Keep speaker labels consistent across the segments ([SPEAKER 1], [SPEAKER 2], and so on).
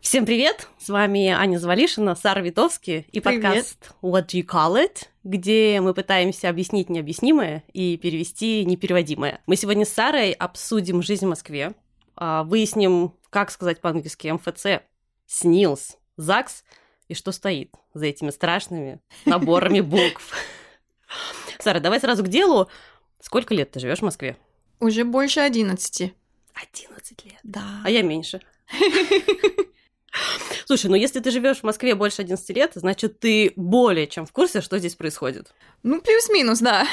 [SPEAKER 1] Всем привет! С вами Аня Звалишина, Сара Витовский и
[SPEAKER 2] Привет.
[SPEAKER 1] подкаст What Do You Call It, где мы пытаемся объяснить необъяснимое и перевести непереводимое. Мы сегодня с Сарой обсудим жизнь в Москве, а, выясним, как сказать по-английски МФЦ, СНИЛС, ЗАГС и что стоит за этими страшными наборами букв. Сара, давай сразу к делу. Сколько лет ты живешь в Москве?
[SPEAKER 2] Уже больше 11.
[SPEAKER 1] 11 лет.
[SPEAKER 2] Да.
[SPEAKER 1] А я меньше. Слушай, ну если ты живешь в Москве больше 11 лет, значит, ты более чем в курсе, что здесь происходит.
[SPEAKER 2] Ну, плюс-минус, да.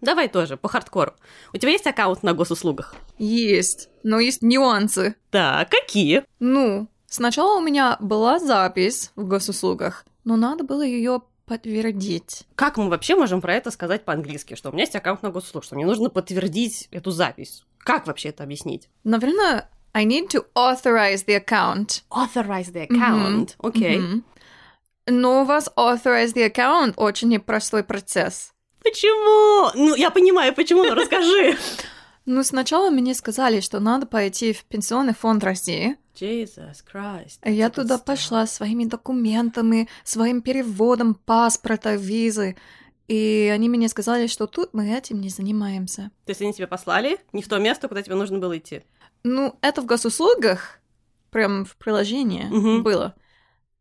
[SPEAKER 1] Давай тоже, по хардкору. У тебя есть аккаунт на госуслугах?
[SPEAKER 2] Есть. Но есть нюансы.
[SPEAKER 1] Да, какие?
[SPEAKER 2] Ну, сначала у меня была запись в госуслугах, но надо было ее подтвердить.
[SPEAKER 1] Как мы вообще можем про это сказать по-английски, что у меня есть аккаунт на госуслугах, что мне нужно подтвердить эту запись? Как вообще это объяснить?
[SPEAKER 2] Наверное, I need to authorize the account.
[SPEAKER 1] Authorize the
[SPEAKER 2] account.
[SPEAKER 1] Окей.
[SPEAKER 2] Мгм. Но у вас authorize the account очень непростой процесс.
[SPEAKER 1] Почему? Ну, я понимаю, почему, но расскажи.
[SPEAKER 2] Ну, сначала мне сказали, что надо пойти в Пенсионный фонд России,
[SPEAKER 1] Jesus Christ.
[SPEAKER 2] А Я
[SPEAKER 1] that's a
[SPEAKER 2] туда
[SPEAKER 1] good
[SPEAKER 2] пошла своими документами, своим переводом паспорта, визы. И они мне сказали, что тут мы этим не занимаемся.
[SPEAKER 1] start. То есть они тебя послали не в то место, куда тебе нужно было идти?
[SPEAKER 2] Ну, это в госуслугах, прям в приложении
[SPEAKER 1] Мгм.
[SPEAKER 2] было.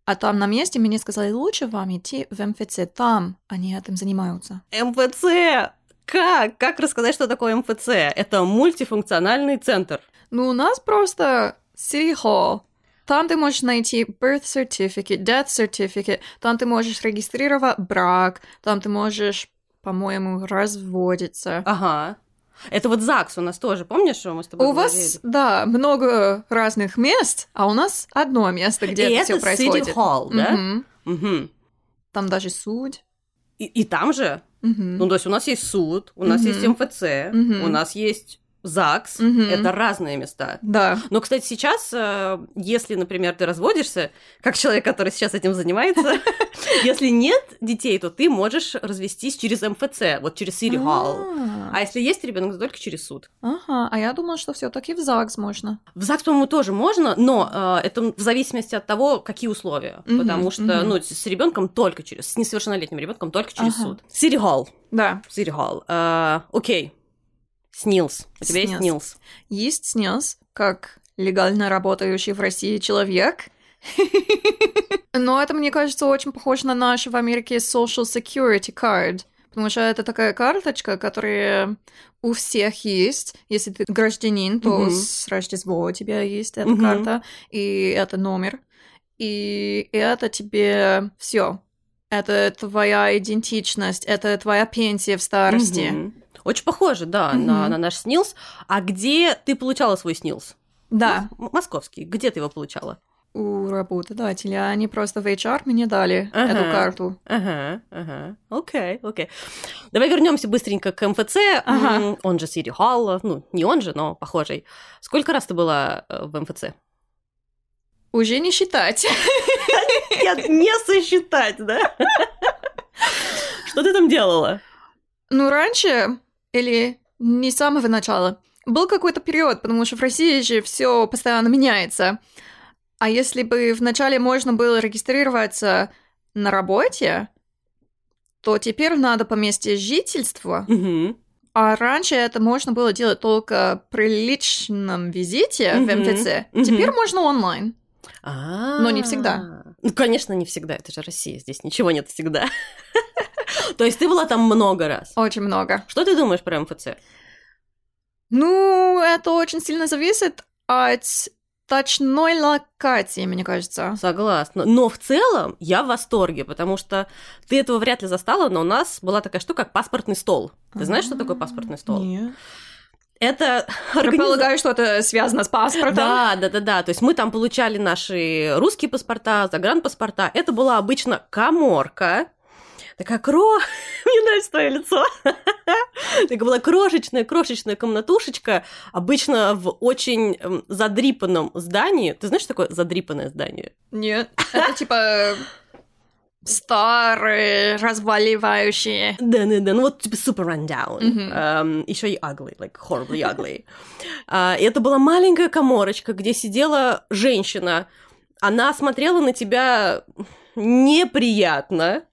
[SPEAKER 2] А там на месте мне сказали, лучше вам идти в МФЦ, там они этим занимаются.
[SPEAKER 1] МФЦ! Как? Как рассказать, что такое МФЦ? Это мультифункциональный центр.
[SPEAKER 2] Ну, у нас просто City Hall. Там ты можешь найти birth certificate, death certificate, там ты можешь регистрировать брак, там ты можешь, по-моему, разводиться.
[SPEAKER 1] Ага. Это вот ЗАГС у нас тоже, помнишь, что мы с тобой
[SPEAKER 2] У вас,
[SPEAKER 1] говорили?
[SPEAKER 2] да, много разных мест, а у нас одно место, где
[SPEAKER 1] И
[SPEAKER 2] это все
[SPEAKER 1] это
[SPEAKER 2] происходит.
[SPEAKER 1] City Hall, да?
[SPEAKER 2] Мгм.
[SPEAKER 1] Мгм.
[SPEAKER 2] Там даже суд.
[SPEAKER 1] И, и там же,
[SPEAKER 2] Мгм.
[SPEAKER 1] ну то есть у нас есть суд, у нас
[SPEAKER 2] Мгм.
[SPEAKER 1] есть МФЦ,
[SPEAKER 2] Мгм.
[SPEAKER 1] у нас есть ЗАГС,
[SPEAKER 2] Мгм.
[SPEAKER 1] это разные места.
[SPEAKER 2] Да.
[SPEAKER 1] Но, кстати, сейчас, э, если, например, ты разводишься, как человек, который сейчас этим занимается, если нет детей, то ты можешь развестись через МФЦ, вот через City Hall.
[SPEAKER 2] А,
[SPEAKER 1] А если есть ребенок, то только через суд.
[SPEAKER 2] Ага, а я думала, что все-таки в ЗАГС можно.
[SPEAKER 1] В ЗАГС, по-моему, тоже можно, но э, это в зависимости от того, какие условия.
[SPEAKER 2] Мгм,
[SPEAKER 1] потому что,
[SPEAKER 2] мгм.
[SPEAKER 1] ну, с ребенком только через, с несовершеннолетним ребенком только через
[SPEAKER 2] Ага.
[SPEAKER 1] суд. City Hall.
[SPEAKER 2] Да.
[SPEAKER 1] City Hall. Э, окей. СНИЛС. У тебя есть СНИЛС.
[SPEAKER 2] Есть снес, как легально работающий в России человек. Но это, мне кажется, очень похоже на наш в Америке Social Security Card. Потому что это такая карточка, которая у всех есть. Если ты гражданин, то
[SPEAKER 1] Мгм.
[SPEAKER 2] с Рождества у тебя есть эта
[SPEAKER 1] Мгм.
[SPEAKER 2] карта, и это номер. И это тебе все. Это твоя идентичность, это твоя пенсия в старости.
[SPEAKER 1] Мгм. Очень похоже, да, на,
[SPEAKER 2] Мгм.
[SPEAKER 1] на наш СНИЛС. А где ты получала свой СНИЛС?
[SPEAKER 2] Да.
[SPEAKER 1] М- Московский. Где ты его получала?
[SPEAKER 2] у работодателя. Они просто в HR мне дали
[SPEAKER 1] Ага.
[SPEAKER 2] эту карту.
[SPEAKER 1] Ага, ага. Окей, окей. Давай вернемся быстренько к МФЦ.
[SPEAKER 2] Ага.
[SPEAKER 1] М, Он же Сири Халла. Ну, не он же, но похожий. Сколько раз ты была э, в МФЦ?
[SPEAKER 2] Уже не считать.
[SPEAKER 1] не сосчитать, да? Что ты там делала?
[SPEAKER 2] Ну, раньше, или не с самого начала, был какой-то период, потому что в России же все постоянно меняется. А если бы вначале можно было регистрироваться на работе, то теперь надо по месте жительства.
[SPEAKER 1] Мгм.
[SPEAKER 2] А раньше это можно было делать только при личном визите в
[SPEAKER 1] Мгм.
[SPEAKER 2] МФЦ.
[SPEAKER 1] Мгм.
[SPEAKER 2] Теперь можно онлайн.
[SPEAKER 1] А.
[SPEAKER 2] Но не всегда.
[SPEAKER 1] Ну, конечно, не всегда. Это же Россия. Здесь ничего нет всегда. То есть ты была там много раз.
[SPEAKER 2] Очень много.
[SPEAKER 1] Что ты думаешь про МФЦ?
[SPEAKER 2] Ну, это очень сильно зависит от точной локации, мне кажется.
[SPEAKER 1] Согласна. Но в целом я в восторге, потому что ты этого вряд ли застала, но у нас была такая штука, как паспортный стол. Ты знаешь, что такое паспортный стол?
[SPEAKER 2] Нет.
[SPEAKER 1] Это
[SPEAKER 2] Я
[SPEAKER 1] организа-
[SPEAKER 2] полагаю, что это связано с паспортом.
[SPEAKER 1] Да, да, да, да. То есть мы там получали наши русские паспорта, загранпаспорта. Это была обычно коморка. Такая кро... Мне нравится твое лицо. Такая была крошечная-крошечная комнатушечка, обычно в очень эм, задрипанном здании. Ты знаешь, что такое задрипанное здание?
[SPEAKER 2] Нет. Это типа старые, разваливающие.
[SPEAKER 1] Да, да, да. Ну вот типа super rundown.
[SPEAKER 2] Мгм.
[SPEAKER 1] еще и ugly, like horribly ugly. А, и это была маленькая коморочка, где сидела женщина Она смотрела на тебя неприятно.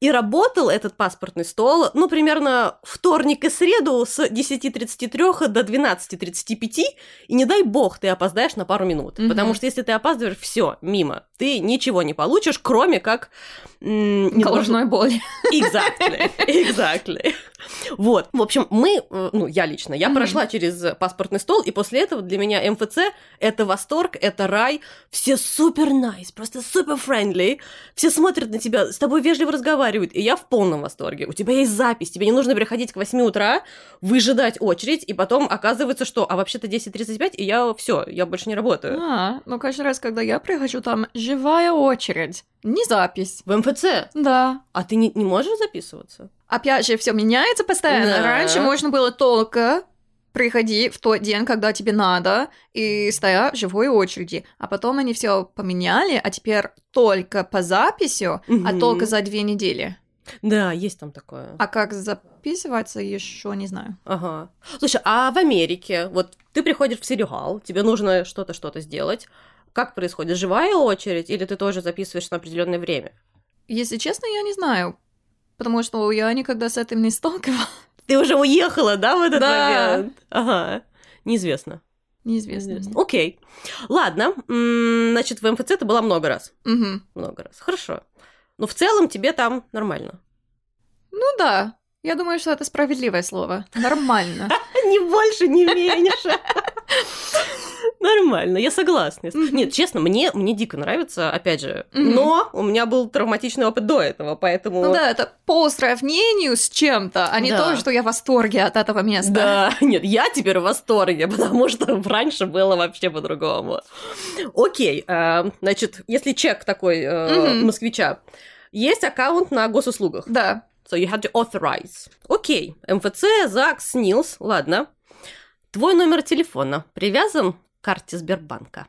[SPEAKER 1] И работал этот паспортный стол, ну, примерно вторник и среду с 10.33 до 12.35, и не дай бог ты опоздаешь на пару минут,
[SPEAKER 2] Мгм.
[SPEAKER 1] потому что если ты опаздываешь, все, мимо, ты ничего не получишь, кроме как... м, не должен-
[SPEAKER 2] Головной боли.
[SPEAKER 1] Exactly, exactly. Вот, в общем, мы, э, ну, я лично, я
[SPEAKER 2] Мгм.
[SPEAKER 1] прошла через э, паспортный стол, и после этого для меня МФЦ — это восторг, это рай, все супер найс, просто супер френдли, все смотрят на тебя, с тобой вежливо разговаривают, и я в полном восторге. У тебя есть запись, тебе не нужно приходить к 8 утра, выжидать очередь, и потом оказывается, что, а вообще-то 10.35, и я все, я больше не работаю.
[SPEAKER 2] А, ну каждый раз, когда я прихожу, там живая очередь, не запись.
[SPEAKER 1] В МФЦ.
[SPEAKER 2] Да.
[SPEAKER 1] А ты не, не можешь записываться?
[SPEAKER 2] Опять же, все меняется постоянно.
[SPEAKER 1] Да.
[SPEAKER 2] Раньше можно было только приходи в тот день, когда тебе надо, и стоя в живой очереди. А потом они все поменяли, а теперь только по записью, а
[SPEAKER 1] Мгм.
[SPEAKER 2] только за две недели.
[SPEAKER 1] Да, есть там такое.
[SPEAKER 2] А как записываться, еще не знаю.
[SPEAKER 1] Ага. Слушай, а в Америке, вот ты приходишь в сериал, тебе нужно что-то, что-то сделать. Как происходит? Живая очередь или ты тоже записываешь на определенное время?
[SPEAKER 2] Если честно, я не знаю, потому что я никогда с этим не сталкивалась.
[SPEAKER 1] Ты уже уехала, да, в этот
[SPEAKER 2] Да.
[SPEAKER 1] момент? Ага. Неизвестно.
[SPEAKER 2] Неизвестно.
[SPEAKER 1] Неизвестно. Окей. Ладно. М, Значит, в МФЦ ты была много раз.
[SPEAKER 2] Мгм.
[SPEAKER 1] Много раз. Хорошо. Но в целом тебе там нормально.
[SPEAKER 2] Ну да, я думаю, что это справедливое слово. Нормально.
[SPEAKER 1] Ни больше, ни меньше. Нормально, я согласна.
[SPEAKER 2] Мгм.
[SPEAKER 1] Нет, честно, мне, мне дико нравится, опять же.
[SPEAKER 2] Мгм.
[SPEAKER 1] Но у меня был травматичный опыт до этого, поэтому...
[SPEAKER 2] Ну да, это по сравнению с чем-то, а не
[SPEAKER 1] Да.
[SPEAKER 2] то, что я в восторге от этого места.
[SPEAKER 1] Да, нет, я теперь в восторге, потому что раньше было вообще по-другому. Окей, э, значит, если чек такой э,
[SPEAKER 2] Мгм.
[SPEAKER 1] москвича, есть аккаунт на госуслугах,
[SPEAKER 2] Да.
[SPEAKER 1] so you have to authorize. Окей, МФЦ, ЗАГС, СНИЛС, ладно. Твой номер телефона привязан к карте Сбербанка.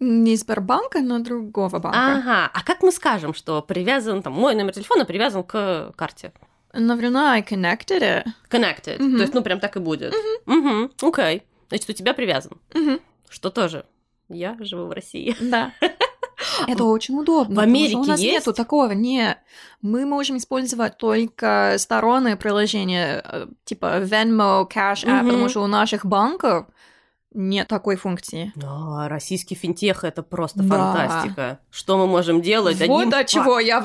[SPEAKER 2] Не Сбербанка, но другого банка.
[SPEAKER 1] Ага, а как мы скажем, что привязан, там, мой номер телефона привязан к карте?
[SPEAKER 2] Наверное, I connected it.
[SPEAKER 1] Connected,
[SPEAKER 2] Мгм.
[SPEAKER 1] то есть, ну, прям так и будет. Мгм, окей, значит, у тебя привязан.
[SPEAKER 2] Мгм,
[SPEAKER 1] Что тоже. Я живу в России.
[SPEAKER 2] Да. Это очень удобно.
[SPEAKER 1] В
[SPEAKER 2] потому
[SPEAKER 1] Америке
[SPEAKER 2] что у нас
[SPEAKER 1] есть?
[SPEAKER 2] нету такого. Не, мы можем использовать только сторонние приложения, э, типа Venmo, Cash App,
[SPEAKER 1] Мгм.
[SPEAKER 2] потому что у наших банков нет такой функции.
[SPEAKER 1] Да, российский финтех это просто
[SPEAKER 2] Да.
[SPEAKER 1] фантастика. Что мы можем делать?
[SPEAKER 2] вот
[SPEAKER 1] одним
[SPEAKER 2] от чего я в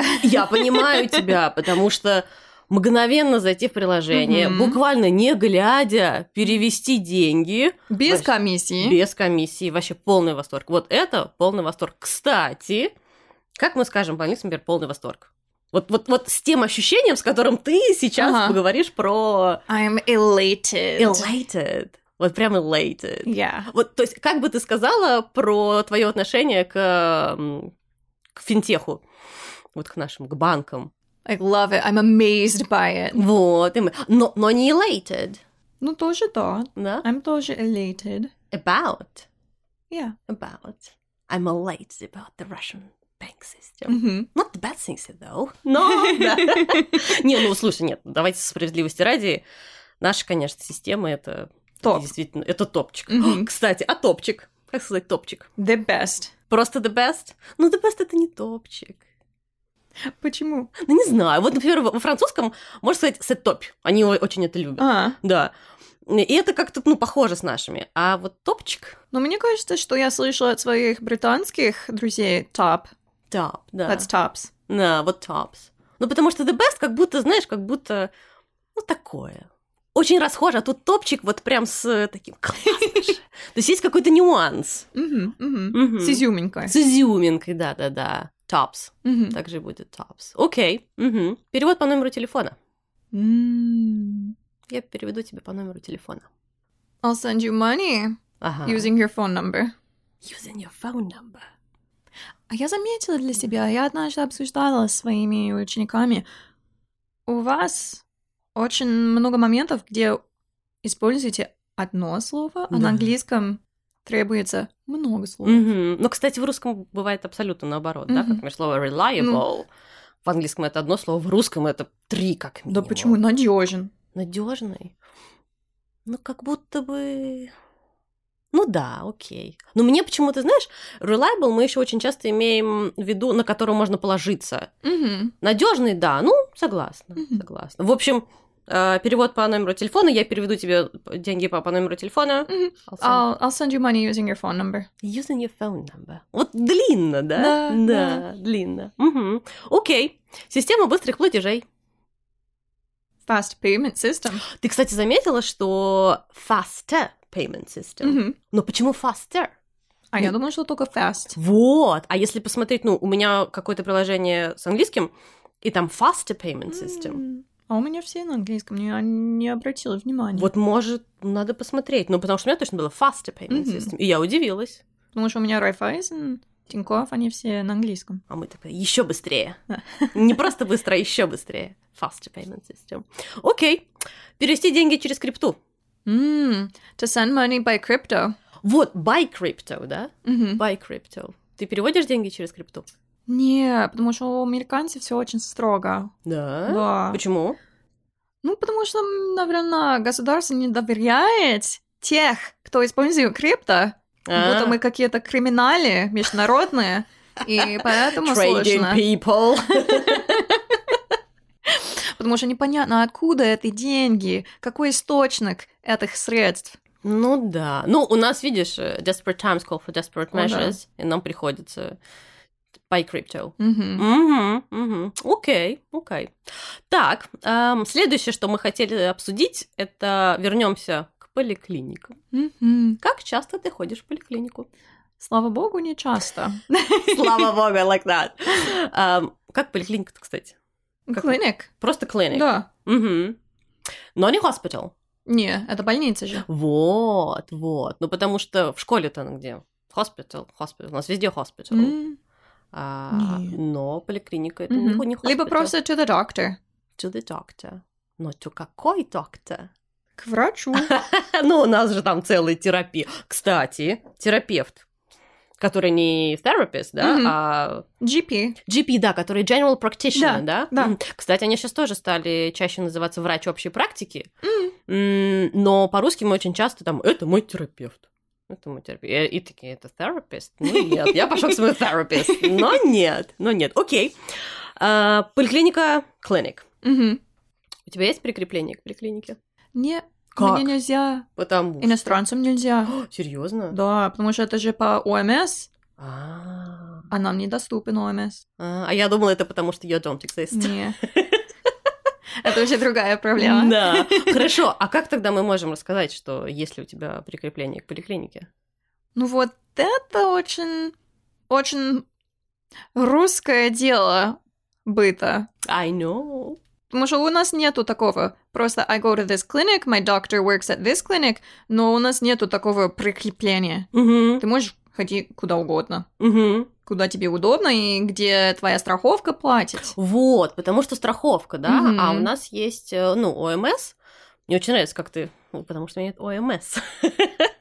[SPEAKER 1] па- Я понимаю тебя, потому что мгновенно зайти в приложение,
[SPEAKER 2] Мгм.
[SPEAKER 1] буквально не глядя, перевести деньги
[SPEAKER 2] Без
[SPEAKER 1] Вообще.
[SPEAKER 2] комиссии.
[SPEAKER 1] без комиссии. Вообще полный восторг. Вот это полный восторг. Кстати, как мы скажем по-английски, например, полный восторг? Вот, вот, вот с тем ощущением, с которым ты сейчас
[SPEAKER 2] Ага.
[SPEAKER 1] говоришь про
[SPEAKER 2] I'm elated.
[SPEAKER 1] elated. Вот прям elated.
[SPEAKER 2] Yeah.
[SPEAKER 1] Вот, то есть, как бы ты сказала про твое отношение к, м, к финтеху? Вот к нашим, к банкам.
[SPEAKER 2] I love it. I'm amazed by it.
[SPEAKER 1] Вот, и мы... Но, но не elated,
[SPEAKER 2] Ну, тоже да.
[SPEAKER 1] да?
[SPEAKER 2] I'm тоже elated.
[SPEAKER 1] About,
[SPEAKER 2] Yeah.
[SPEAKER 1] about. I'm elated about the Russian bank system.
[SPEAKER 2] Мгм.
[SPEAKER 1] Not the bad things, though. Но, да. Не, ну, слушай, нет, давайте справедливости ради. Наши, конечно, системы, это
[SPEAKER 2] Топ.
[SPEAKER 1] действительно, это топчик.
[SPEAKER 2] Мгм.
[SPEAKER 1] Кстати, а топчик? Как сказать топчик?
[SPEAKER 2] The best.
[SPEAKER 1] Просто the best? Ну, the best — это не топчик.
[SPEAKER 2] А Почему?
[SPEAKER 1] Ну, не знаю. Вот, например, во во французском, можно сказать, сет-топ. Они о- очень это любят.
[SPEAKER 2] А,
[SPEAKER 1] Да. И это как-то, ну, похоже с нашими. А вот топчик...
[SPEAKER 2] но ну, мне кажется, что я слышала от своих британских друзей топ.
[SPEAKER 1] Топ, да.
[SPEAKER 2] That's tops.
[SPEAKER 1] Да, вот топс. Ну, потому что the best как будто, знаешь, как будто... Ну, такое. Очень расхоже, а тут топчик вот прям с э, таким классным же. То есть есть какой-то нюанс.
[SPEAKER 2] Мгм, мгм.
[SPEAKER 1] Мгм.
[SPEAKER 2] С изюминкой.
[SPEAKER 1] С изюминкой, да-да-да. Топс.
[SPEAKER 2] Мгм.
[SPEAKER 1] Также будет топс. Окей. мгм. Перевод по номеру телефона.
[SPEAKER 2] М.
[SPEAKER 1] Я переведу тебе по номеру телефона.
[SPEAKER 2] I'll send you money
[SPEAKER 1] Ага.
[SPEAKER 2] using your phone number.
[SPEAKER 1] Using your phone number.
[SPEAKER 2] А я заметила для себя, я однажды обсуждала с своими учениками, у вас очень много моментов, где используете одно слово, а
[SPEAKER 1] Да.
[SPEAKER 2] на английском требуется много слов.
[SPEAKER 1] Мгм. Ну, кстати, в русском бывает абсолютно наоборот, да? Как,
[SPEAKER 2] Мгм.
[SPEAKER 1] например, слово
[SPEAKER 2] Ну,
[SPEAKER 1] reliable. В английском это одно слово, в русском это три, как
[SPEAKER 2] Да
[SPEAKER 1] минимум.
[SPEAKER 2] почему? Надежен.
[SPEAKER 1] Надежный. Ну, как будто бы... Ну да, окей. Но мне почему-то, знаешь, reliable мы еще очень часто имеем в виду, на которого можно положиться.
[SPEAKER 2] Мгм.
[SPEAKER 1] Надежный, да, ну, согласна,
[SPEAKER 2] Мгм.
[SPEAKER 1] согласна. В общем, э, перевод по номеру телефона, я переведу тебе деньги по, по номеру телефона.
[SPEAKER 2] Мгм.
[SPEAKER 1] I'll send
[SPEAKER 2] I'll, I'll send you money using your phone number.
[SPEAKER 1] Using your phone number. Вот длинно, да?
[SPEAKER 2] Да,
[SPEAKER 1] длинно. Мгм. Окей. Система быстрых платежей.
[SPEAKER 2] Fast payment system.
[SPEAKER 1] Ты, кстати, заметила, что faster payment system.
[SPEAKER 2] Мгм.
[SPEAKER 1] Но почему faster?
[SPEAKER 2] А я думала, что только fast.
[SPEAKER 1] Вот. А если посмотреть, ну, у меня какое-то приложение с английским, и там faster payment system.
[SPEAKER 2] М, А у меня все на английском, я не обратила внимания.
[SPEAKER 1] Вот, может, надо посмотреть. Ну, потому что у меня точно было faster payment
[SPEAKER 2] Мгм.
[SPEAKER 1] system. И я удивилась.
[SPEAKER 2] Потому что у меня Райфайзен, Тинькофф, они все на английском.
[SPEAKER 1] А мы такая, еще быстрее.
[SPEAKER 2] Да.
[SPEAKER 1] Не просто быстро, а еще быстрее. Faster payment system. Окей. Перевести деньги через крипту.
[SPEAKER 2] М, to send money by crypto.
[SPEAKER 1] Вот, buy crypto, да?
[SPEAKER 2] Мгм.
[SPEAKER 1] Buy crypto. Ты переводишь деньги через крипту?
[SPEAKER 2] Не, потому что у американцев все очень строго.
[SPEAKER 1] Да.
[SPEAKER 2] Да.
[SPEAKER 1] Почему?
[SPEAKER 2] Ну, потому что, наверное, государство не доверяет тех, кто использует крипто,
[SPEAKER 1] А,
[SPEAKER 2] как будто мы какие-то криминали международные, и поэтому
[SPEAKER 1] trading
[SPEAKER 2] сложно.
[SPEAKER 1] people.
[SPEAKER 2] Потому что непонятно, откуда эти деньги, какой источник этих средств.
[SPEAKER 1] Ну да. Ну, у нас, видишь, э, desperate times call for desperate
[SPEAKER 2] О, да.
[SPEAKER 1] measures, и нам приходится buy crypto.
[SPEAKER 2] Мгм.
[SPEAKER 1] Мгм, мгм. Окей, окей. Так, эм, следующее, что мы хотели обсудить, это вернемся к поликлиникам.
[SPEAKER 2] Мгм.
[SPEAKER 1] Как часто ты ходишь в поликлинику?
[SPEAKER 2] Слава богу, не часто.
[SPEAKER 1] Слава богу, I like that. Эм, как поликлиника, кстати? Как-
[SPEAKER 2] Клиник?
[SPEAKER 1] Просто клиник.
[SPEAKER 2] Да.
[SPEAKER 1] Мгм. Но не hospital.
[SPEAKER 2] Не, это больница же.
[SPEAKER 1] Вот, вот. Ну, потому что в школе-то она где? Hospital, hospital. У нас везде hospital.
[SPEAKER 2] М.
[SPEAKER 1] А,
[SPEAKER 2] Нет.
[SPEAKER 1] но поликлиника это
[SPEAKER 2] Мгм.
[SPEAKER 1] не, не
[SPEAKER 2] Либо
[SPEAKER 1] hospital.
[SPEAKER 2] просто to the doctor.
[SPEAKER 1] to the doctor. Но to какой доктор?
[SPEAKER 2] К врачу.
[SPEAKER 1] ну, у нас же там целая терапия. Кстати, терапевт, который не therapist, да,
[SPEAKER 2] Мгм.
[SPEAKER 1] а
[SPEAKER 2] GP.
[SPEAKER 1] GP, да, который general practitioner, да?
[SPEAKER 2] да.
[SPEAKER 1] М. Кстати, они сейчас тоже стали чаще называться врач общей практики,
[SPEAKER 2] М.
[SPEAKER 1] М, но по-русски мы очень часто там «это мой терапевт». Это мой терапевт. И, и такие, это therapist? Ну нет, я пошел к своему therapist. Но нет, но нет. Окей. А, поликлиника clinic.
[SPEAKER 2] Мгм.
[SPEAKER 1] У тебя есть прикрепление к поликлинике?
[SPEAKER 2] Не,
[SPEAKER 1] Как?
[SPEAKER 2] мне нельзя.
[SPEAKER 1] Потому что-
[SPEAKER 2] Иностранцам нельзя.
[SPEAKER 1] Серьезно?
[SPEAKER 2] Да, потому что это же по ОМС,
[SPEAKER 1] А,
[SPEAKER 2] а нам недоступен ОМС.
[SPEAKER 1] а а я думала, это потому что я don't exist.
[SPEAKER 2] Не. Это уже другая проблема.
[SPEAKER 1] Да. Хорошо, а как тогда мы можем рассказать, что есть ли у тебя прикрепление к поликлинике?
[SPEAKER 2] Ну вот это очень, очень русское дело быта.
[SPEAKER 1] I know.
[SPEAKER 2] Потому что у нас нету такого. Просто I go to this clinic, my doctor works at this clinic, но у нас нету такого прикрепления.
[SPEAKER 1] Угу,
[SPEAKER 2] Ты можешь ходить куда угодно,
[SPEAKER 1] угу.
[SPEAKER 2] куда тебе удобно и где твоя страховка платит.
[SPEAKER 1] Вот, потому что страховка, да,
[SPEAKER 2] Мгм.
[SPEAKER 1] а у нас есть, э, ну, ОМС. Мне очень нравится, как ты, ну, потому что у меня нет ОМС.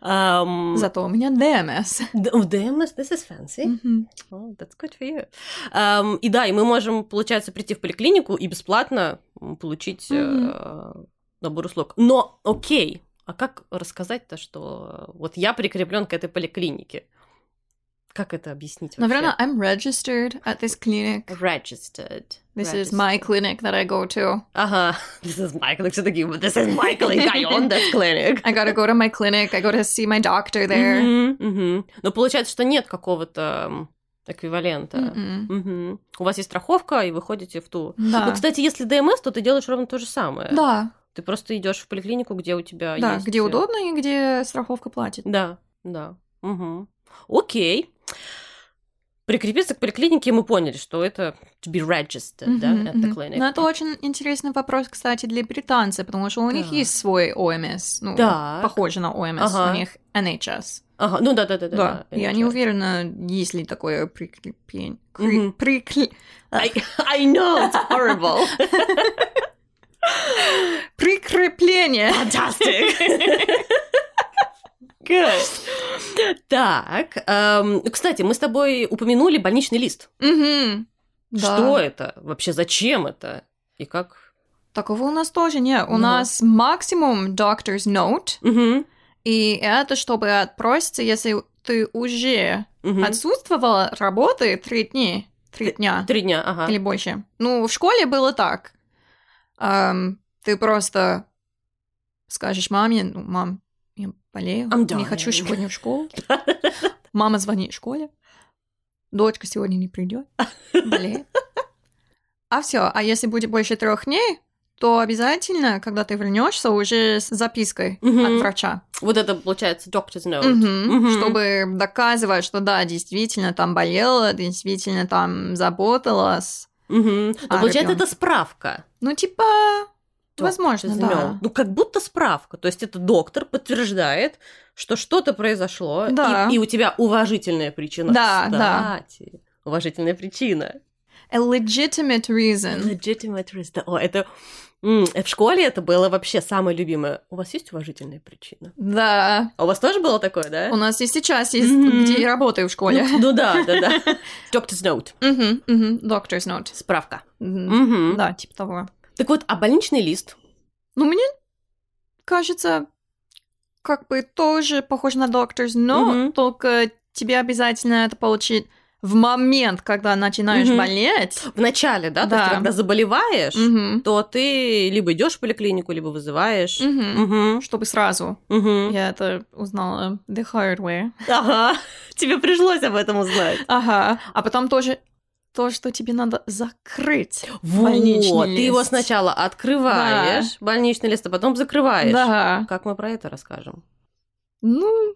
[SPEAKER 1] Ам,
[SPEAKER 2] Зато у меня ДМС.
[SPEAKER 1] д- о, ДМС, this is fancy.
[SPEAKER 2] Мгм.
[SPEAKER 1] Oh, that's good for you. Эм, и да, и мы можем, получается, прийти в поликлинику и бесплатно м, получить э, набор услуг. Но, окей, а как рассказать-то, что э, вот я прикреплен к этой поликлинике? Как это объяснить вообще?
[SPEAKER 2] Наверное, I'm registered at this clinic.
[SPEAKER 1] Registered.
[SPEAKER 2] This is
[SPEAKER 1] Registered.
[SPEAKER 2] my clinic that I go to.
[SPEAKER 1] Ага, this is my clinic. Все такие, this is my clinic, I own this clinic.
[SPEAKER 2] I gotta go to my clinic. I gotta see my doctor there.
[SPEAKER 1] Мгм, мгм. Но получается, что нет какого-то м, эквивалента.
[SPEAKER 2] Мгм.
[SPEAKER 1] Мгм. У вас есть страховка, и вы ходите в ту Mm-hmm. Ну,
[SPEAKER 2] Да.
[SPEAKER 1] кстати, если ДМС, то ты делаешь ровно то же самое.
[SPEAKER 2] А. Да,
[SPEAKER 1] Ты просто идешь в поликлинику, где у тебя
[SPEAKER 2] да,
[SPEAKER 1] э, есть...
[SPEAKER 2] где удобно и где страховка платит.
[SPEAKER 1] Да, да. Мгм. Окей. Прикрепиться к поликлинике мы поняли, что это to be registered, да,
[SPEAKER 2] Мгм,
[SPEAKER 1] at the
[SPEAKER 2] мгм.
[SPEAKER 1] clinic.
[SPEAKER 2] Но это очень интересный вопрос, кстати, для британцев, потому что у них
[SPEAKER 1] Так.
[SPEAKER 2] есть свой ОМС, ну,
[SPEAKER 1] Так.
[SPEAKER 2] похоже на ОМС,
[SPEAKER 1] Ага.
[SPEAKER 2] у них NHS.
[SPEAKER 1] Ага, ну да-да-да.
[SPEAKER 2] Да, я не уверена, есть ли такое прикрепление. Кри-
[SPEAKER 1] Мгм.
[SPEAKER 2] прикли-
[SPEAKER 1] I, I know, it's horrible.
[SPEAKER 2] Прикрепление!
[SPEAKER 1] Fantastic. Good. Так, эм, кстати, мы с тобой упомянули больничный лист.
[SPEAKER 2] Мгм. Да.
[SPEAKER 1] Что это? Вообще зачем это? И как?
[SPEAKER 2] Такого у нас тоже нет. У
[SPEAKER 1] Ну.
[SPEAKER 2] нас максимум doctor's note
[SPEAKER 1] Мгм.
[SPEAKER 2] И это чтобы отпроситься, если ты уже
[SPEAKER 1] Мгм.
[SPEAKER 2] отсутствовала работы три дня, три дня
[SPEAKER 1] Три дня, ага.
[SPEAKER 2] или больше. Ну, в школе было так. Ам, ты просто скажешь маме, ну, мам, я болею,
[SPEAKER 1] I'm
[SPEAKER 2] не хочу
[SPEAKER 1] dying».
[SPEAKER 2] сегодня в школу. Мама звонит в школе, дочка сегодня не придет, болеет. А все, а если будет больше трех дней, то обязательно, когда ты вернешься, уже с запиской
[SPEAKER 1] Мгм.
[SPEAKER 2] от врача,
[SPEAKER 1] Вот это получается doctor's note.
[SPEAKER 2] Мгм.
[SPEAKER 1] Мгм.
[SPEAKER 2] чтобы доказывать, что да, действительно там болела, действительно там заботалась.
[SPEAKER 1] Мгм. Но
[SPEAKER 2] А,
[SPEAKER 1] получается,
[SPEAKER 2] ребёнок.
[SPEAKER 1] это справка.
[SPEAKER 2] Ну, типа, возможно,
[SPEAKER 1] Doctor's
[SPEAKER 2] да.
[SPEAKER 1] note. Ну, как будто справка. То есть, это доктор подтверждает, что что-то произошло,
[SPEAKER 2] Да.
[SPEAKER 1] и, и у тебя уважительная причина.
[SPEAKER 2] Да, да.
[SPEAKER 1] Кстати, уважительная причина.
[SPEAKER 2] A legitimate reason.
[SPEAKER 1] Legitimate risk. Да, О, это... м, В школе это было вообще самое любимое. У вас есть уважительная причина?
[SPEAKER 2] Да.
[SPEAKER 1] А у вас тоже было такое, да?
[SPEAKER 2] У нас и сейчас есть,
[SPEAKER 1] Мгм.
[SPEAKER 2] где я работаю в школе.
[SPEAKER 1] Ну, ну да, да, да. Doctor's note.
[SPEAKER 2] Мгм, мгм. Doctor's note.
[SPEAKER 1] Справка.
[SPEAKER 2] Мгм.
[SPEAKER 1] Ну. Мгм.
[SPEAKER 2] Да, типа того.
[SPEAKER 1] Так вот, а больничный лист?
[SPEAKER 2] Ну, мне кажется, как бы тоже похоже на doctor's note,
[SPEAKER 1] Мгм.
[SPEAKER 2] только тебе обязательно это получить в момент, когда начинаешь
[SPEAKER 1] Мгм.
[SPEAKER 2] болеть.
[SPEAKER 1] В начале, да? То есть,
[SPEAKER 2] Да.
[SPEAKER 1] когда заболеваешь,
[SPEAKER 2] Мгм.
[SPEAKER 1] то ты либо идешь в поликлинику, либо вызываешь.
[SPEAKER 2] Мгм.
[SPEAKER 1] Мгм.
[SPEAKER 2] Ну, Чтобы сразу.
[SPEAKER 1] Мгм.
[SPEAKER 2] Я это узнала the hard way.
[SPEAKER 1] Ага. Тебе пришлось об этом узнать.
[SPEAKER 2] Ага. А потом тоже то, что тебе надо закрыть.
[SPEAKER 1] Вот.
[SPEAKER 2] Больничный
[SPEAKER 1] Ты его
[SPEAKER 2] лист.
[SPEAKER 1] сначала открываешь, больничный лист, а потом закрываешь.
[SPEAKER 2] Да.
[SPEAKER 1] Как мы про это расскажем?
[SPEAKER 2] Ну,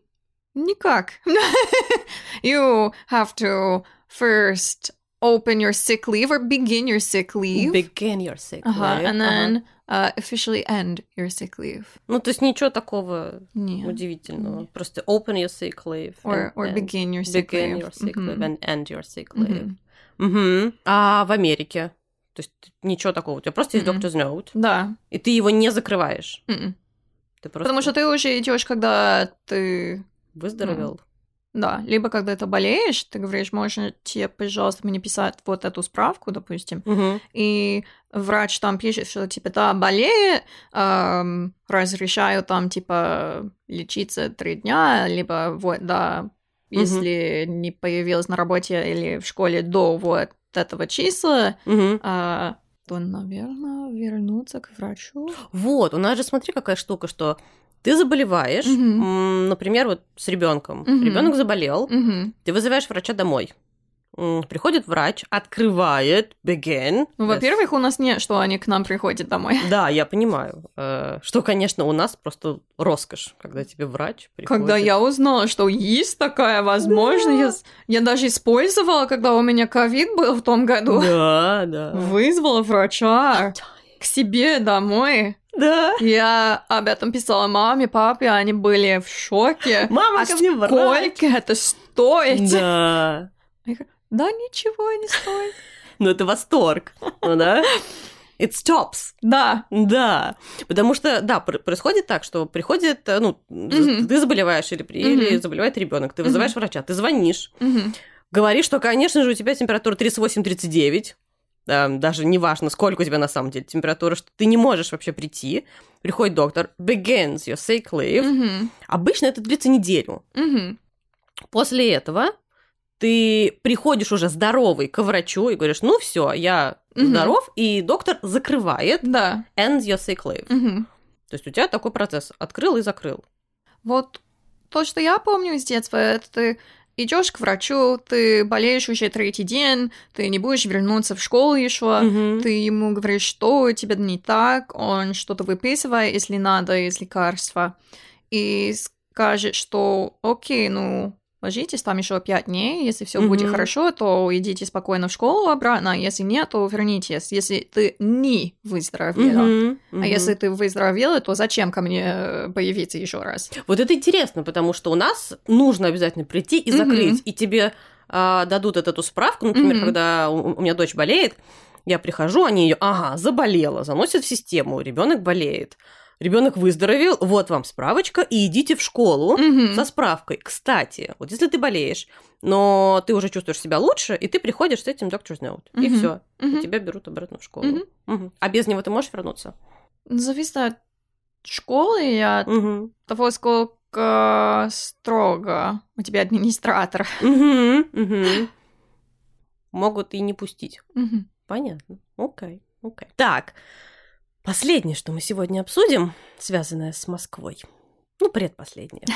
[SPEAKER 2] никак. You have to first open your sick leave or begin your sick leave.
[SPEAKER 1] Begin your sick
[SPEAKER 2] Ага,
[SPEAKER 1] leave.
[SPEAKER 2] and
[SPEAKER 1] Ага.
[SPEAKER 2] then uh, officially end your sick leave.
[SPEAKER 1] Ну, то есть ничего такого
[SPEAKER 2] Нет.
[SPEAKER 1] удивительного.
[SPEAKER 2] Нет.
[SPEAKER 1] Просто open your sick leave.
[SPEAKER 2] Or, or
[SPEAKER 1] and-
[SPEAKER 2] begin your
[SPEAKER 1] and
[SPEAKER 2] sick
[SPEAKER 1] begin
[SPEAKER 2] leave.
[SPEAKER 1] your sick
[SPEAKER 2] Мгм.
[SPEAKER 1] leave and end your sick leave.
[SPEAKER 2] Мгм.
[SPEAKER 1] Мгм. А в Америке? То есть ничего такого. У тебя просто есть
[SPEAKER 2] Мгм.
[SPEAKER 1] doctor's note,
[SPEAKER 2] Да.
[SPEAKER 1] и ты его не закрываешь.
[SPEAKER 2] Мгм.
[SPEAKER 1] Ты просто
[SPEAKER 2] Потому что ты уже идешь, когда ты
[SPEAKER 1] выздоровел.
[SPEAKER 2] Да, либо когда ты болеешь, ты говоришь, можно тебе, пожалуйста, мне писать вот эту справку, допустим,
[SPEAKER 1] Мгм.
[SPEAKER 2] и врач там пишет, что типа, да, болею, эм, разрешаю там, типа, лечиться три дня, либо вот, да,
[SPEAKER 1] Мгм.
[SPEAKER 2] если не появилась на работе или в школе до вот этого числа,
[SPEAKER 1] Мгм.
[SPEAKER 2] э, то, наверное, вернуться к врачу.
[SPEAKER 1] Вот, у нас же смотри, какая штука, что ты заболеваешь,
[SPEAKER 2] Мгм.
[SPEAKER 1] м, например, вот с ребенком.
[SPEAKER 2] Мгм.
[SPEAKER 1] Ребенок заболел,
[SPEAKER 2] Мгм.
[SPEAKER 1] ты вызываешь врача домой. М, Приходит врач, открывает begin.
[SPEAKER 2] Ну,
[SPEAKER 1] Yes.
[SPEAKER 2] во-первых, у нас нет, что они к нам приходят домой.
[SPEAKER 1] Да, я понимаю. Э, Что, конечно, у нас просто роскошь, когда тебе врач приходит.
[SPEAKER 2] Когда я узнала, что есть такая возможность, я даже использовала, когда у меня ковид был в том году.
[SPEAKER 1] Да, да.
[SPEAKER 2] Вызвала врача к себе домой.
[SPEAKER 1] Да.
[SPEAKER 2] Я об этом писала маме, папе, они были в шоке.
[SPEAKER 1] Мама,
[SPEAKER 2] а
[SPEAKER 1] ко мне врач.
[SPEAKER 2] сколько это стоит? Да.
[SPEAKER 1] Да.
[SPEAKER 2] ничего не стоит.
[SPEAKER 1] Ну, это восторг. Ну, да? It stops.
[SPEAKER 2] Да.
[SPEAKER 1] Да, потому что, да, пр- происходит так, что приходит, э, ну,
[SPEAKER 2] Мгм.
[SPEAKER 1] ты заболеваешь или, при- или
[SPEAKER 2] Мгм.
[SPEAKER 1] заболевает ребенок, ты вызываешь врача, ты звонишь,
[SPEAKER 2] Мгм.
[SPEAKER 1] говоришь, что, конечно же, у тебя температура 38-39, эм, даже неважно, сколько у тебя на самом деле температура, что ты не можешь вообще прийти, приходит доктор, begins your sick leave,
[SPEAKER 2] Мгм.
[SPEAKER 1] обычно это длится неделю.
[SPEAKER 2] Мгм.
[SPEAKER 1] После этого ты приходишь уже здоровый к врачу и говоришь, ну все, я
[SPEAKER 2] Мгм.
[SPEAKER 1] здоров, и доктор закрывает
[SPEAKER 2] Да.
[SPEAKER 1] ends your sick leave.
[SPEAKER 2] Мгм.
[SPEAKER 1] То есть у тебя такой процесс открыл и закрыл.
[SPEAKER 2] Вот то, что я помню из детства, это ты идешь к врачу, ты болеешь уже третий день, ты не будешь вернуться в школу еще,
[SPEAKER 1] А Ты-
[SPEAKER 2] ты ему говоришь, что у тебя не так, он что-то выписывает, если надо, из лекарства, и скажет, что окей, ну ложитесь там еще пять дней, если все будет
[SPEAKER 1] Мгм.
[SPEAKER 2] хорошо, то идите спокойно в школу обратно, а если нет, то вернитесь, если ты не выздоровела.
[SPEAKER 1] Мгм,
[SPEAKER 2] А
[SPEAKER 1] мгм.
[SPEAKER 2] если ты выздоровела, то зачем ко мне э, появиться еще раз?
[SPEAKER 1] Вот это интересно, потому что у нас нужно обязательно прийти и
[SPEAKER 2] Мгм.
[SPEAKER 1] закрыть. И тебе а, дадут вот эту справку. Например,
[SPEAKER 2] Мгм.
[SPEAKER 1] когда у, у меня дочь болеет, я прихожу, они ее, ага, заболела, заносят в систему, ребенок болеет. Ребенок выздоровел, вот вам справочка, и идите в школу
[SPEAKER 2] Мгм.
[SPEAKER 1] со справкой. Кстати, вот если ты болеешь, но ты уже чувствуешь себя лучше, и ты приходишь с этим doctor's note, и
[SPEAKER 2] Мгм.
[SPEAKER 1] все,
[SPEAKER 2] Мгм.
[SPEAKER 1] тебя берут обратно в школу.
[SPEAKER 2] Мгм.
[SPEAKER 1] Мгм. А без него ты можешь вернуться?
[SPEAKER 2] Ну, Зависит от школы и от
[SPEAKER 1] Мгм.
[SPEAKER 2] того, сколько немножко строго. У тебя администратор.
[SPEAKER 1] Мгм, мгм. Могут и не пустить.
[SPEAKER 2] Мгм.
[SPEAKER 1] Понятно. Окей, окей. Так, последнее, что мы сегодня обсудим, связанное с Москвой. Ну, предпоследнее.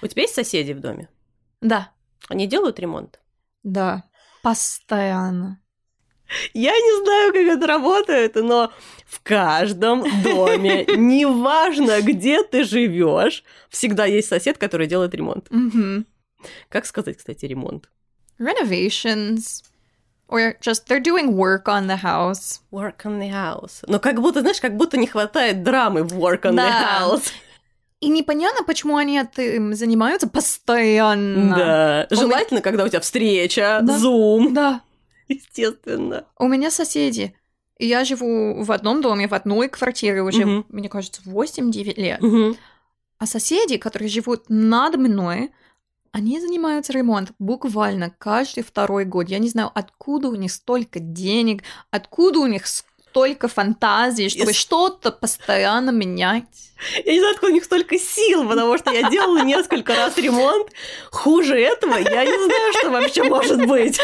[SPEAKER 1] У тебя есть соседи в доме?
[SPEAKER 2] Да,
[SPEAKER 1] Они делают ремонт?
[SPEAKER 2] да. Постоянно.
[SPEAKER 1] Я не знаю, как это работает, но в каждом доме, неважно, где ты живешь, всегда есть сосед, который делает ремонт.
[SPEAKER 2] Мгм.
[SPEAKER 1] Как сказать, кстати, ремонт?
[SPEAKER 2] Renovations. Or just they're doing work on the house.
[SPEAKER 1] Work on the house. Но как будто, знаешь, как будто не хватает драмы в work on
[SPEAKER 2] Да.
[SPEAKER 1] the house.
[SPEAKER 2] И непонятно, почему они этим занимаются постоянно.
[SPEAKER 1] Да.
[SPEAKER 2] У
[SPEAKER 1] Желательно, когда у тебя встреча,
[SPEAKER 2] Да.
[SPEAKER 1] зум,
[SPEAKER 2] Да.
[SPEAKER 1] естественно.
[SPEAKER 2] У меня соседи. И я живу в одном доме, в одной квартире уже,
[SPEAKER 1] Мгм.
[SPEAKER 2] мне кажется, 8-9 лет.
[SPEAKER 1] Мгм.
[SPEAKER 2] А соседи, которые живут над мной, они занимаются ремонтом буквально каждый второй год. Я не знаю, откуда у них столько денег, откуда у них столько фантазии, чтобы
[SPEAKER 1] Из-
[SPEAKER 2] что-то постоянно менять.
[SPEAKER 1] Я не знаю, откуда у них столько сил, потому что я делала несколько раз ремонт. Хуже этого я не знаю, что вообще может быть.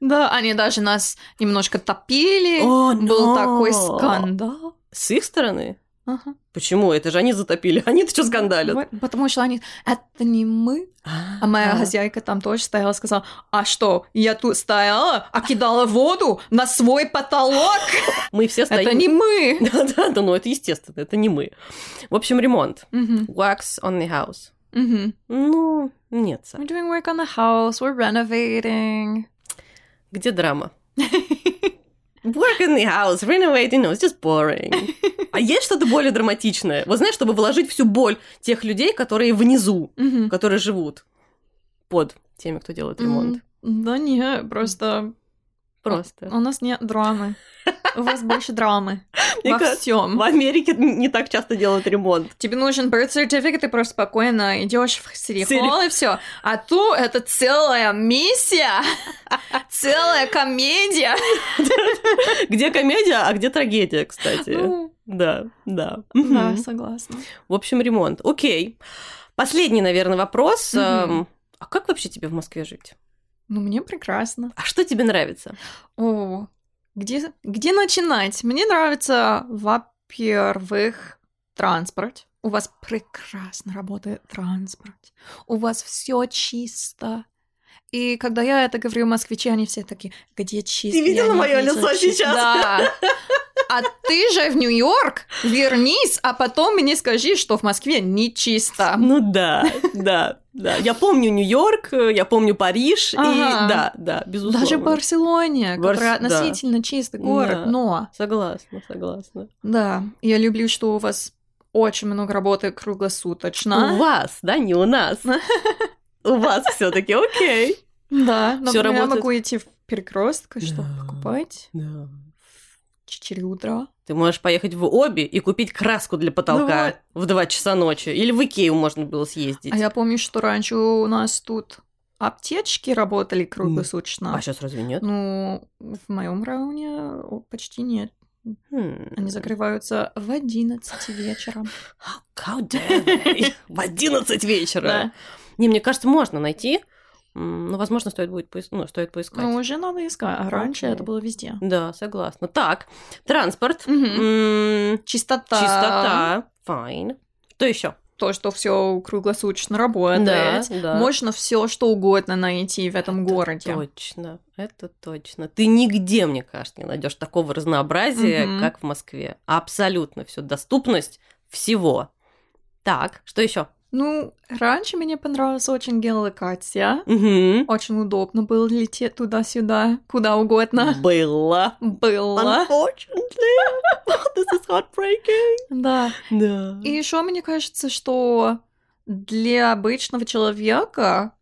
[SPEAKER 2] Да, они даже нас немножко топили.
[SPEAKER 1] О,
[SPEAKER 2] Был
[SPEAKER 1] но.
[SPEAKER 2] такой скандал.
[SPEAKER 1] С их стороны?
[SPEAKER 2] Ага.
[SPEAKER 1] Почему? Это же они затопили. Они-то что скандалят?
[SPEAKER 2] Вот, Потому что они... Это не мы. А моя хозяйка там тоже стояла, сказала, а что, я тут стояла, а кидала воду на свой потолок?
[SPEAKER 1] Мы все стоим...
[SPEAKER 2] Это не мы.
[SPEAKER 1] Да-да-да, ну это естественно, это не мы. В общем, ремонт.
[SPEAKER 2] Мгм,
[SPEAKER 1] Wax on the house.
[SPEAKER 2] мгм.
[SPEAKER 1] Ну, нет, Саш.
[SPEAKER 2] We're doing work on the house, we're renovating.
[SPEAKER 1] Где драма? Work in the house, renovating, no, it's just boring. А есть что-то более драматичное? Вот знаешь, чтобы вложить всю боль тех людей, которые внизу,
[SPEAKER 2] Мгм.
[SPEAKER 1] которые живут под теми, кто делает ремонт.
[SPEAKER 2] М, Mm-hmm. Да не, просто
[SPEAKER 1] Просто.
[SPEAKER 2] у нас нет драмы. У вас больше драмы
[SPEAKER 1] Мне
[SPEAKER 2] во
[SPEAKER 1] кажется, В
[SPEAKER 2] всем.
[SPEAKER 1] Америке не так часто делают ремонт.
[SPEAKER 2] Тебе нужен birth certificate, ты просто спокойно идешь в Сирихол и все. А то это целая миссия, целая комедия.
[SPEAKER 1] Где комедия, а где трагедия, кстати.
[SPEAKER 2] Ну,
[SPEAKER 1] Да, да.
[SPEAKER 2] Да,
[SPEAKER 1] Мгм.
[SPEAKER 2] согласна.
[SPEAKER 1] В общем, ремонт. Окей. Последний, наверное, вопрос.
[SPEAKER 2] Мгм.
[SPEAKER 1] Эм, А как вообще тебе в Москве жить?
[SPEAKER 2] Ну, мне прекрасно.
[SPEAKER 1] А что тебе нравится?
[SPEAKER 2] О, где, где начинать? Мне нравится, во-первых, транспорт. У вас прекрасно работает транспорт. У вас все чисто. И когда я это говорю, москвичи, они все такие, где чисто? Я
[SPEAKER 1] видела
[SPEAKER 2] не
[SPEAKER 1] моё
[SPEAKER 2] вижу
[SPEAKER 1] лицо
[SPEAKER 2] чис-».
[SPEAKER 1] сейчас?
[SPEAKER 2] Да. А ты же в Нью-Йорк, вернись, а потом мне скажи, что в Москве не чисто.
[SPEAKER 1] Ну да, да, да. Я помню Нью-Йорк, э, я помню Париж, и
[SPEAKER 2] Ага.
[SPEAKER 1] да, да, безусловно.
[SPEAKER 2] Даже Барселоне,
[SPEAKER 1] Барс-
[SPEAKER 2] которая
[SPEAKER 1] да.
[SPEAKER 2] относительно чистый город,
[SPEAKER 1] Да.
[SPEAKER 2] но
[SPEAKER 1] Согласна, согласна.
[SPEAKER 2] Да, я люблю, что у вас очень много работы
[SPEAKER 1] У
[SPEAKER 2] круглосуточно.
[SPEAKER 1] вас, да, не у нас.
[SPEAKER 2] Ну.
[SPEAKER 1] У вас все-таки окей.
[SPEAKER 2] Да, но
[SPEAKER 1] Всё
[SPEAKER 2] я
[SPEAKER 1] работает.
[SPEAKER 2] могу идти в перекресток и что
[SPEAKER 1] Да.
[SPEAKER 2] покупать
[SPEAKER 1] Да.
[SPEAKER 2] в 4 утра. А
[SPEAKER 1] Ты можешь поехать в обе и купить краску для потолка в 2 часа ночи. Или в Икею можно было съездить.
[SPEAKER 2] Ну А я помню, что раньше у нас тут аптечки работали круглосуточно.
[SPEAKER 1] А сейчас разве нет?
[SPEAKER 2] Ну, в моем районе о, почти нет.
[SPEAKER 1] Хм.
[SPEAKER 2] Они закрываются в 11 вечера.
[SPEAKER 1] How dare they? В 11 вечера.
[SPEAKER 2] Да.
[SPEAKER 1] Не, мне кажется, можно найти. М, Но, возможно, стоит будет поис- ну, стоит поискать.
[SPEAKER 2] Но уже надо искать. А раньше
[SPEAKER 1] Окей.
[SPEAKER 2] это было везде.
[SPEAKER 1] Да, согласна. Так, транспорт.
[SPEAKER 2] Мгм.
[SPEAKER 1] М,
[SPEAKER 2] Чистота.
[SPEAKER 1] Чистота. Fine. Что еще?
[SPEAKER 2] То, что все круглосуточно работает.
[SPEAKER 1] да.
[SPEAKER 2] Можно все что угодно найти в этом городе.
[SPEAKER 1] Точно, это точно. Ты нигде, мне кажется, не найдешь такого разнообразия,
[SPEAKER 2] Мгм.
[SPEAKER 1] как в Москве. Абсолютно все. Доступность всего. Так, что еще?
[SPEAKER 2] Ну, раньше мне понравилась очень геолокация. Очень удобно было лететь туда-сюда, куда угодно.
[SPEAKER 1] Было.
[SPEAKER 2] Было.
[SPEAKER 1] Unfortunately, this is heartbreaking.
[SPEAKER 2] Да.
[SPEAKER 1] Да.
[SPEAKER 2] И еще мне кажется, что для обычного человека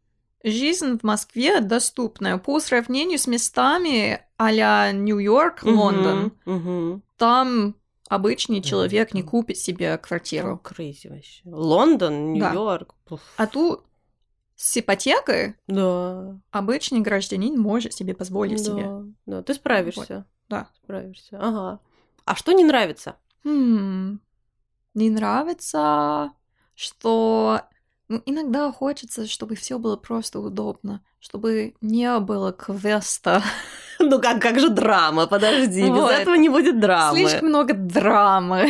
[SPEAKER 2] жизнь в Москве доступная по сравнению с местами а Нью-Йорк,
[SPEAKER 1] Мгм,
[SPEAKER 2] Лондон.
[SPEAKER 1] мгм.
[SPEAKER 2] Там обычный
[SPEAKER 1] Да,
[SPEAKER 2] человек не
[SPEAKER 1] да.
[SPEAKER 2] купит себе квартиру.
[SPEAKER 1] Там crazy вообще. Лондон,
[SPEAKER 2] Да.
[SPEAKER 1] Нью-Йорк. пф.
[SPEAKER 2] А тут с ипотекой
[SPEAKER 1] Да.
[SPEAKER 2] обычный гражданин может себе позволить
[SPEAKER 1] да.
[SPEAKER 2] себе.
[SPEAKER 1] Да, ты справишься.
[SPEAKER 2] да.
[SPEAKER 1] Справишься. Ага. А что не нравится?
[SPEAKER 2] Хм, не нравится, что ну, иногда хочется, чтобы все было просто удобно, чтобы не было квеста.
[SPEAKER 1] Ну как, как же драма, подожди,
[SPEAKER 2] Вот.
[SPEAKER 1] без этого не будет драмы.
[SPEAKER 2] Слишком много драмы.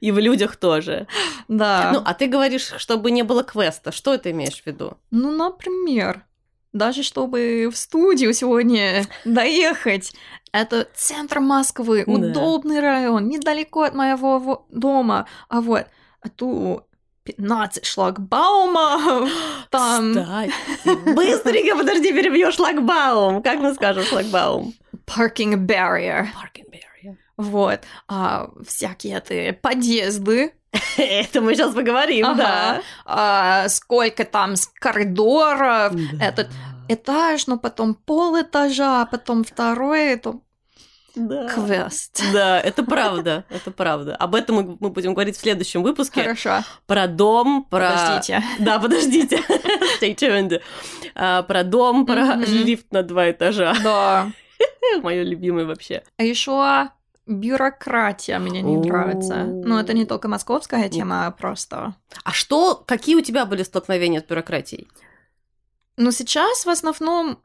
[SPEAKER 1] И в людях тоже.
[SPEAKER 2] Да.
[SPEAKER 1] Ну, а ты говоришь, чтобы не было квеста. Что ты имеешь в виду?
[SPEAKER 2] Ну, например, даже чтобы в студию сегодня доехать, это центр Москвы,
[SPEAKER 1] Ну Да.
[SPEAKER 2] удобный район, недалеко от моего во- дома, а вот, а ту 15 шлагбаумов, там
[SPEAKER 1] Кстати. Быстренько, подожди, перебью шлагбаум. Как мы скажем шлагбаум?
[SPEAKER 2] parking barrier,
[SPEAKER 1] Parking barrier.
[SPEAKER 2] вот, а, всякие это подъезды,
[SPEAKER 1] Это мы сейчас поговорим,
[SPEAKER 2] ага, а, сколько там с
[SPEAKER 1] да.
[SPEAKER 2] коридоров, Этот- этаж, но потом полэтажа, потом второй, это
[SPEAKER 1] Да.
[SPEAKER 2] квест.
[SPEAKER 1] Да, это правда, это правда. Об этом мы, мы будем говорить в следующем выпуске.
[SPEAKER 2] Хорошо.
[SPEAKER 1] Про дом, про...
[SPEAKER 2] Подождите.
[SPEAKER 1] Да, подождите. Stay tuned. А, про дом, про
[SPEAKER 2] Мгм.
[SPEAKER 1] лифт на два этажа.
[SPEAKER 2] Да.
[SPEAKER 1] Мое любимое вообще.
[SPEAKER 2] А еще бюрократия мне не
[SPEAKER 1] О.
[SPEAKER 2] нравится. Ну, это не только московская тема, а просто.
[SPEAKER 1] А что, какие у тебя были столкновения с бюрократией?
[SPEAKER 2] Но сейчас в основном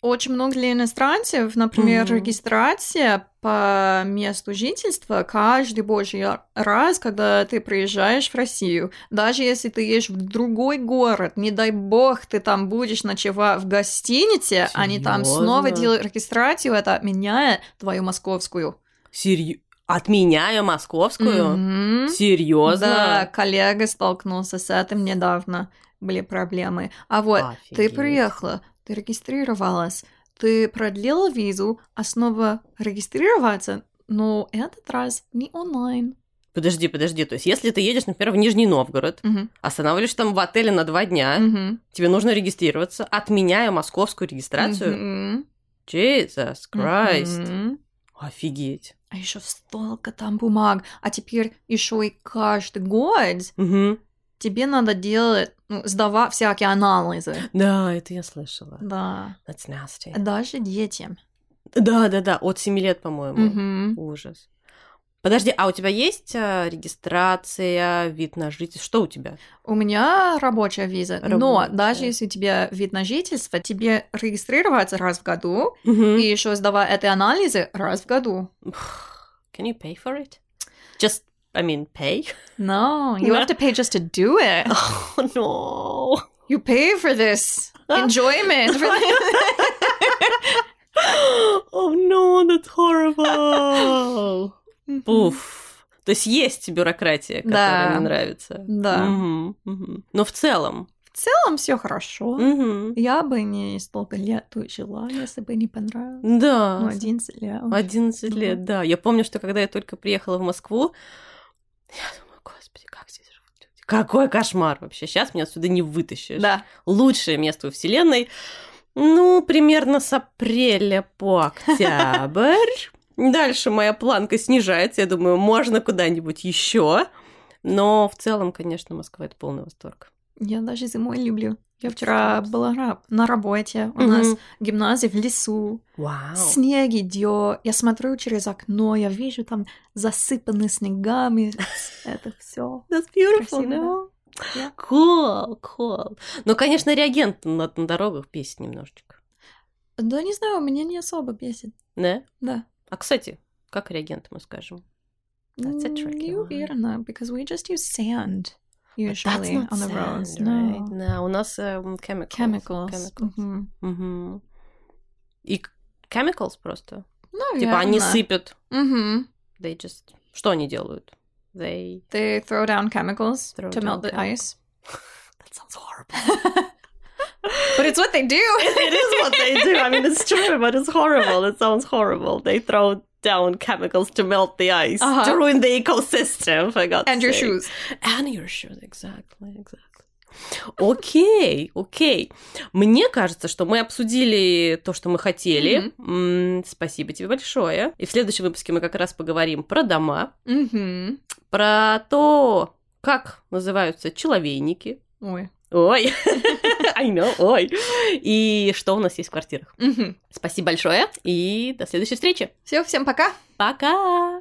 [SPEAKER 2] очень много для иностранцев, например,
[SPEAKER 1] Мгм.
[SPEAKER 2] регистрация по месту жительства каждый божий раз, когда ты приезжаешь в Россию. Даже если ты едешь в другой город, не дай бог, ты там будешь ночевать в гостинице, они там снова
[SPEAKER 1] Серьёзно?
[SPEAKER 2] делают регистрацию, это отменяет твою московскую.
[SPEAKER 1] Серьезно? Отменяю московскую?
[SPEAKER 2] Мгм. Да,
[SPEAKER 1] Серьезно?
[SPEAKER 2] коллега столкнулся с этим недавно. Были проблемы. А вот, ты приехала, ты регистрировалась, ты продлила визу, а снова регистрироваться, но этот раз не онлайн.
[SPEAKER 1] Подожди, подожди. То есть, если ты едешь, например, в Нижний Новгород,
[SPEAKER 2] Мгм.
[SPEAKER 1] останавливаешься там в отеле на два дня,
[SPEAKER 2] Мгм.
[SPEAKER 1] тебе нужно регистрироваться, отменяю московскую регистрацию.
[SPEAKER 2] Мгм.
[SPEAKER 1] Jesus Christ.
[SPEAKER 2] Мгм.
[SPEAKER 1] Офигеть.
[SPEAKER 2] А еще столько там бумаг, а теперь еще и каждый год
[SPEAKER 1] Мгм.
[SPEAKER 2] тебе надо делать, ну, сдавать всякие анализы.
[SPEAKER 1] Да, это я слышала.
[SPEAKER 2] Да.
[SPEAKER 1] That's nasty.
[SPEAKER 2] Даже детям.
[SPEAKER 1] Да, да, да, от 7 лет, по-моему.
[SPEAKER 2] Мгм.
[SPEAKER 1] Ужас. Подожди, а у тебя есть а, регистрация, вид на жительство? Что у тебя?
[SPEAKER 2] У меня рабочая виза, но
[SPEAKER 1] Рабочая.
[SPEAKER 2] даже если у тебя вид на жительство, тебе регистрироваться раз в году и еще сдавать эти анализы раз в году.
[SPEAKER 1] Can you pay for it? Just, I mean, pay?
[SPEAKER 2] No, you
[SPEAKER 1] Да.
[SPEAKER 2] have to pay just to do it.
[SPEAKER 1] Oh, no.
[SPEAKER 2] You pay for this enjoyment. for this.
[SPEAKER 1] Oh, no, that's horrible. Уф. То есть есть бюрократия, которая
[SPEAKER 2] Да.
[SPEAKER 1] не нравится.
[SPEAKER 2] Да.
[SPEAKER 1] Мгм, мгм. Но в целом.
[SPEAKER 2] В целом все хорошо.
[SPEAKER 1] Мгм.
[SPEAKER 2] Я бы не столько лет тут жила, если бы не понравилось.
[SPEAKER 1] Да.
[SPEAKER 2] Ну, 11 лет.
[SPEAKER 1] 11
[SPEAKER 2] Мгм.
[SPEAKER 1] лет, да. Я помню, что когда я только приехала в Москву, я думаю, господи, как здесь живут люди. Какой кошмар вообще. Сейчас меня отсюда не вытащишь.
[SPEAKER 2] Да.
[SPEAKER 1] Лучшее место во Вселенной. Ну, примерно с апреля по октябрь. Дальше моя планка снижается. Я думаю, можно куда-нибудь еще. Но в целом, конечно, Москва это полный восторг.
[SPEAKER 2] Я даже зимой люблю. Я вчера была раб- на работе. У нас
[SPEAKER 1] Мгм.
[SPEAKER 2] гимназия в лесу.
[SPEAKER 1] Вау.
[SPEAKER 2] Снег идет, я смотрю через окно, я вижу там засыпаны снегами, это все.
[SPEAKER 1] That's beautiful,
[SPEAKER 2] Красиво,
[SPEAKER 1] no?
[SPEAKER 2] да.
[SPEAKER 1] Cool, cool. Ну, конечно, реагент на, на дорогах бесит немножечко.
[SPEAKER 2] Да не знаю, меня не особо бесит,
[SPEAKER 1] Да?
[SPEAKER 2] да.
[SPEAKER 1] А, кстати, как реагент мы скажем? That's a
[SPEAKER 2] М,
[SPEAKER 1] tricky
[SPEAKER 2] Не
[SPEAKER 1] one.
[SPEAKER 2] уверена, because we just use sand
[SPEAKER 1] But
[SPEAKER 2] usually
[SPEAKER 1] that's not
[SPEAKER 2] on the roads.
[SPEAKER 1] sand,
[SPEAKER 2] No.
[SPEAKER 1] right? No, у нас эм, chemicals.
[SPEAKER 2] Chemicals. mm-hmm.
[SPEAKER 1] Chemicals.
[SPEAKER 2] Мгм.
[SPEAKER 1] Мгм. И к- chemicals просто.
[SPEAKER 2] Наверное.
[SPEAKER 1] Типа они сыпят.
[SPEAKER 2] Мгм.
[SPEAKER 1] They just... Что они делают? They...
[SPEAKER 2] They throw down chemicals
[SPEAKER 1] Throw
[SPEAKER 2] to
[SPEAKER 1] down
[SPEAKER 2] melt the
[SPEAKER 1] chemicals.
[SPEAKER 2] ice.
[SPEAKER 1] That sounds horrible.
[SPEAKER 2] But it's what they do!
[SPEAKER 1] It is what they do. I mean, it's true, but it's horrible. It sounds horrible. They throw down chemicals to melt the ice, to
[SPEAKER 2] Ага.
[SPEAKER 1] ruin the ecosystem, for God's
[SPEAKER 2] Uh-huh. And your
[SPEAKER 1] sake.
[SPEAKER 2] shoes.
[SPEAKER 1] And your shoes, exactly, exactly. Окей, окей. Мне кажется, что мы обсудили то, что мы хотели. М, спасибо тебе большое. И в следующем выпуске мы как раз поговорим про дома,
[SPEAKER 2] Мгм.
[SPEAKER 1] про то, как называются человейники.
[SPEAKER 2] Ой.
[SPEAKER 1] Ой, I know, ой. И что у нас есть в
[SPEAKER 2] Mm-hmm.
[SPEAKER 1] квартирах. Спасибо большое и до следующей встречи.
[SPEAKER 2] Все, всем пока!
[SPEAKER 1] Пока!